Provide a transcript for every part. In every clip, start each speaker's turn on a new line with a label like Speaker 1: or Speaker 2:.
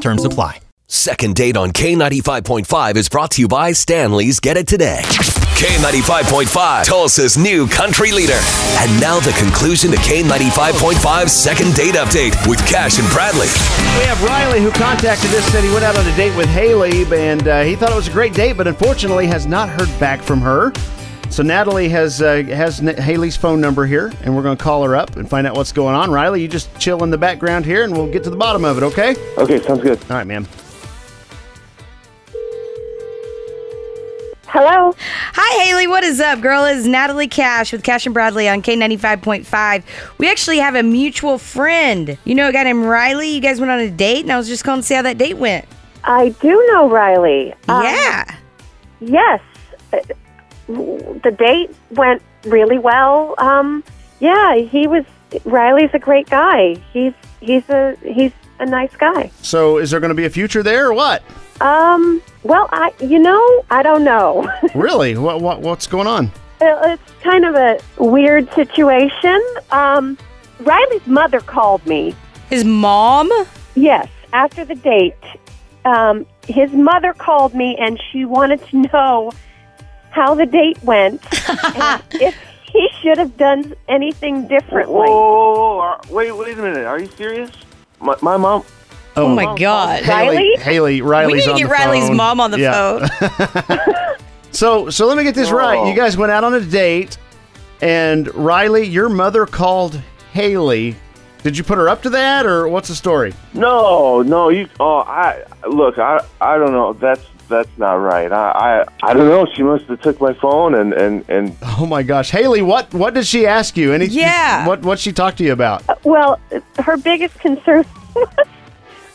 Speaker 1: Terms apply.
Speaker 2: Second date on K95.5 is brought to you by Stanley's Get It Today. K95.5, Tulsa's new country leader. And now the conclusion to K95.5's second date update with Cash and Bradley.
Speaker 3: We have Riley who contacted us, said he went out on a date with Haley, and uh, he thought it was a great date, but unfortunately has not heard back from her. So Natalie has uh, has N- Haley's phone number here, and we're going to call her up and find out what's going on. Riley, you just chill in the background here, and we'll get to the bottom of it. Okay?
Speaker 4: Okay, sounds good.
Speaker 3: All right, ma'am.
Speaker 5: Hello.
Speaker 6: Hi, Haley. What is up, girl? It's Natalie Cash with Cash and Bradley on K95.5. We actually have a mutual friend. You know a guy named Riley? You guys went on a date, and I was just calling to see how that date went.
Speaker 5: I do know Riley. Um,
Speaker 6: yeah.
Speaker 5: Yes. Uh, The date went really well. Um, yeah, he was. Riley's a great guy. He's he's a he's a nice guy.
Speaker 3: So is there going to be a future there or what?
Speaker 5: Um. Well, I you know I don't know.
Speaker 3: Really? What, what what's going on?
Speaker 5: It- it's kind of a weird situation. Um, Riley's mother called me
Speaker 6: His mom? Oh,
Speaker 5: Yes, after the date, um, his mother called me and she wanted to know how the date went and if he should have done anything differently.
Speaker 4: Whoa, whoa, whoa, wait, wait a minute. Are you serious? My, my mom.
Speaker 6: Oh, my God.
Speaker 3: Haley,
Speaker 5: Riley?
Speaker 3: Haley, Riley's
Speaker 6: we need to
Speaker 3: on
Speaker 6: get
Speaker 3: the
Speaker 6: Riley's
Speaker 3: phone.
Speaker 6: mom on the
Speaker 3: Yeah.
Speaker 6: phone.
Speaker 3: So, so let me get this right. You guys went out on a date, and Riley, your mother called Haley. Did you put her up to that, or what's the story?
Speaker 4: No, no. You. Oh, I look. I. I don't know. That's that's not right. I. I, I don't know. She must have took my phone and and and.
Speaker 3: Oh my gosh, Haley, what what did she ask you? Any,
Speaker 6: Yeah. Uh,
Speaker 3: What what she talked to you about?
Speaker 5: Well, her biggest concern was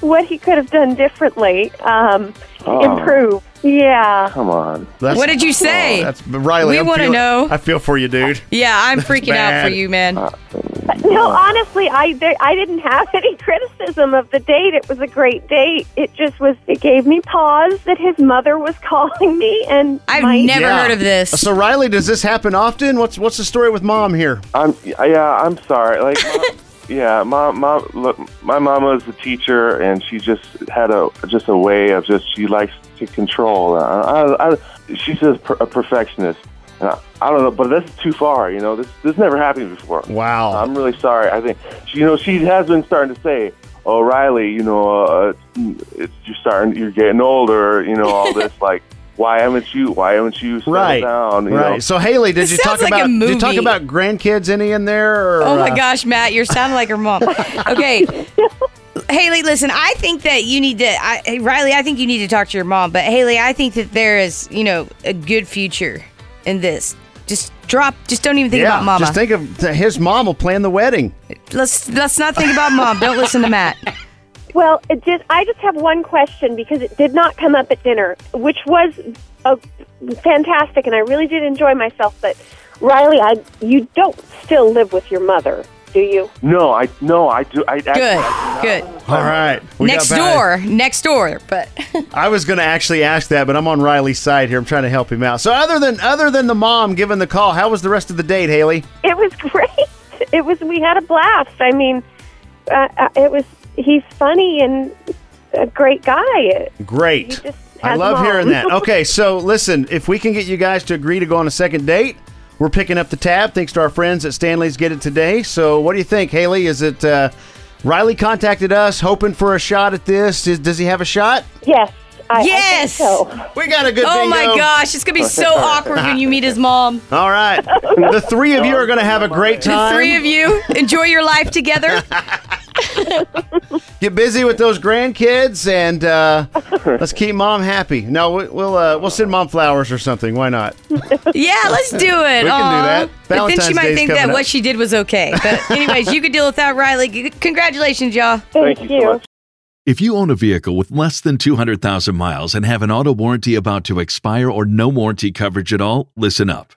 Speaker 5: what he could have done differently, um,
Speaker 4: Oh.
Speaker 5: improve. Yeah.
Speaker 4: Come on.
Speaker 3: That's,
Speaker 6: What did you say?
Speaker 3: Oh, That's Riley.
Speaker 6: We
Speaker 3: I'm
Speaker 6: wanna
Speaker 3: feel-
Speaker 6: know.
Speaker 3: I feel for you, dude.
Speaker 6: yeah, I'm freaking out for
Speaker 3: bad.
Speaker 6: you, man.
Speaker 5: No, honestly, I there, I didn't have any criticism of the date. It was a great date. It just was. It gave me pause that his mother was calling me, and
Speaker 6: I've
Speaker 5: my-
Speaker 6: never heard of this.
Speaker 3: So Riley, does this happen often? What's what's the story with mom here?
Speaker 4: I'm. Yeah. I'm sorry. Like. Mom, yeah. Mom. Mom. Look. My mama is a teacher, and she just had a just a way of just she likes to control. I. I, I she's just per- a perfectionist. And I, I don't know, but that's too far. You know, this this never happened before.
Speaker 3: Wow.
Speaker 4: I'm really sorry. I think she, you know she has been starting to say, "Oh, Riley, you know, uh, it's you're starting, you're getting older, you know, all this like, why haven't you, why haven't you settled
Speaker 3: right.
Speaker 4: down?" You
Speaker 3: right.
Speaker 4: Know?
Speaker 3: So Haley, did
Speaker 6: This
Speaker 3: you talk
Speaker 6: sounds like a
Speaker 3: about did you talk
Speaker 6: movie.
Speaker 3: about grandkids any in there? Or,
Speaker 6: Oh my
Speaker 3: uh,
Speaker 6: gosh, Matt, you're sounding like her mom. Okay. Haley, listen, I think that you need to, I, hey, Riley, I think you need to talk to your mom, but Haley, I think that there is, you know, a good future in this. Just drop, just don't even think
Speaker 3: yeah.
Speaker 6: about mama.
Speaker 3: Just think of th- his mom will plan the wedding.
Speaker 6: let's let's not think about mom. Don't listen to Matt.
Speaker 5: Well, it just I just have one question because it did not come up at dinner, which was a, fantastic, and I really did enjoy myself. But Riley, I you don't still live with your mother, do you?
Speaker 4: No, I no, I do. I,
Speaker 6: Good,
Speaker 4: I,
Speaker 6: good.
Speaker 3: All right. We got
Speaker 6: Next
Speaker 3: back-
Speaker 6: door, next door. But
Speaker 3: I was going to actually ask that, but I'm on Riley's side here. I'm trying to help him out. So other than other than the mom giving the call, how was the rest of the date, Haley?
Speaker 5: It was great. It was we had a blast. I mean, uh, uh, it was he's funny and a great guy.
Speaker 3: Great.
Speaker 5: You just
Speaker 3: I
Speaker 5: had
Speaker 3: love
Speaker 5: mom.
Speaker 3: hearing that. Okay, so listen, if we can get you guys to agree to go on a second date, we're picking up the tab. Thanks to our friends at Stanley's Get It Today. So, what do you think, Haley? Is it uh, Riley contacted us hoping for a shot at this? Is, does he have a shot?
Speaker 5: Yes. I,
Speaker 6: Yes!
Speaker 5: I think so.
Speaker 3: We got a good.
Speaker 6: oh my
Speaker 3: bingo.
Speaker 6: gosh, it's gonna be so awkward when you meet his mom.
Speaker 3: All right, the three of you are going to have a great
Speaker 6: The
Speaker 3: time.
Speaker 6: three of you enjoy your life together.
Speaker 3: Get busy with those grandkids and uh, let's keep mom happy. No, we- we'll uh, we'll send mom flowers or something. Why not?
Speaker 6: Yeah, let's do it. We can
Speaker 3: do that.
Speaker 6: But then she
Speaker 3: Valentine's
Speaker 6: might
Speaker 3: Day's
Speaker 6: think
Speaker 3: coming
Speaker 6: that
Speaker 3: up.
Speaker 6: what she did was okay. But anyways, you could deal with that, Riley. C- Congratulations, y'all.
Speaker 4: Thank you so much.
Speaker 7: If you own a vehicle with less than 200,000 miles and have an auto warranty about to expire or no warranty coverage at all, listen up.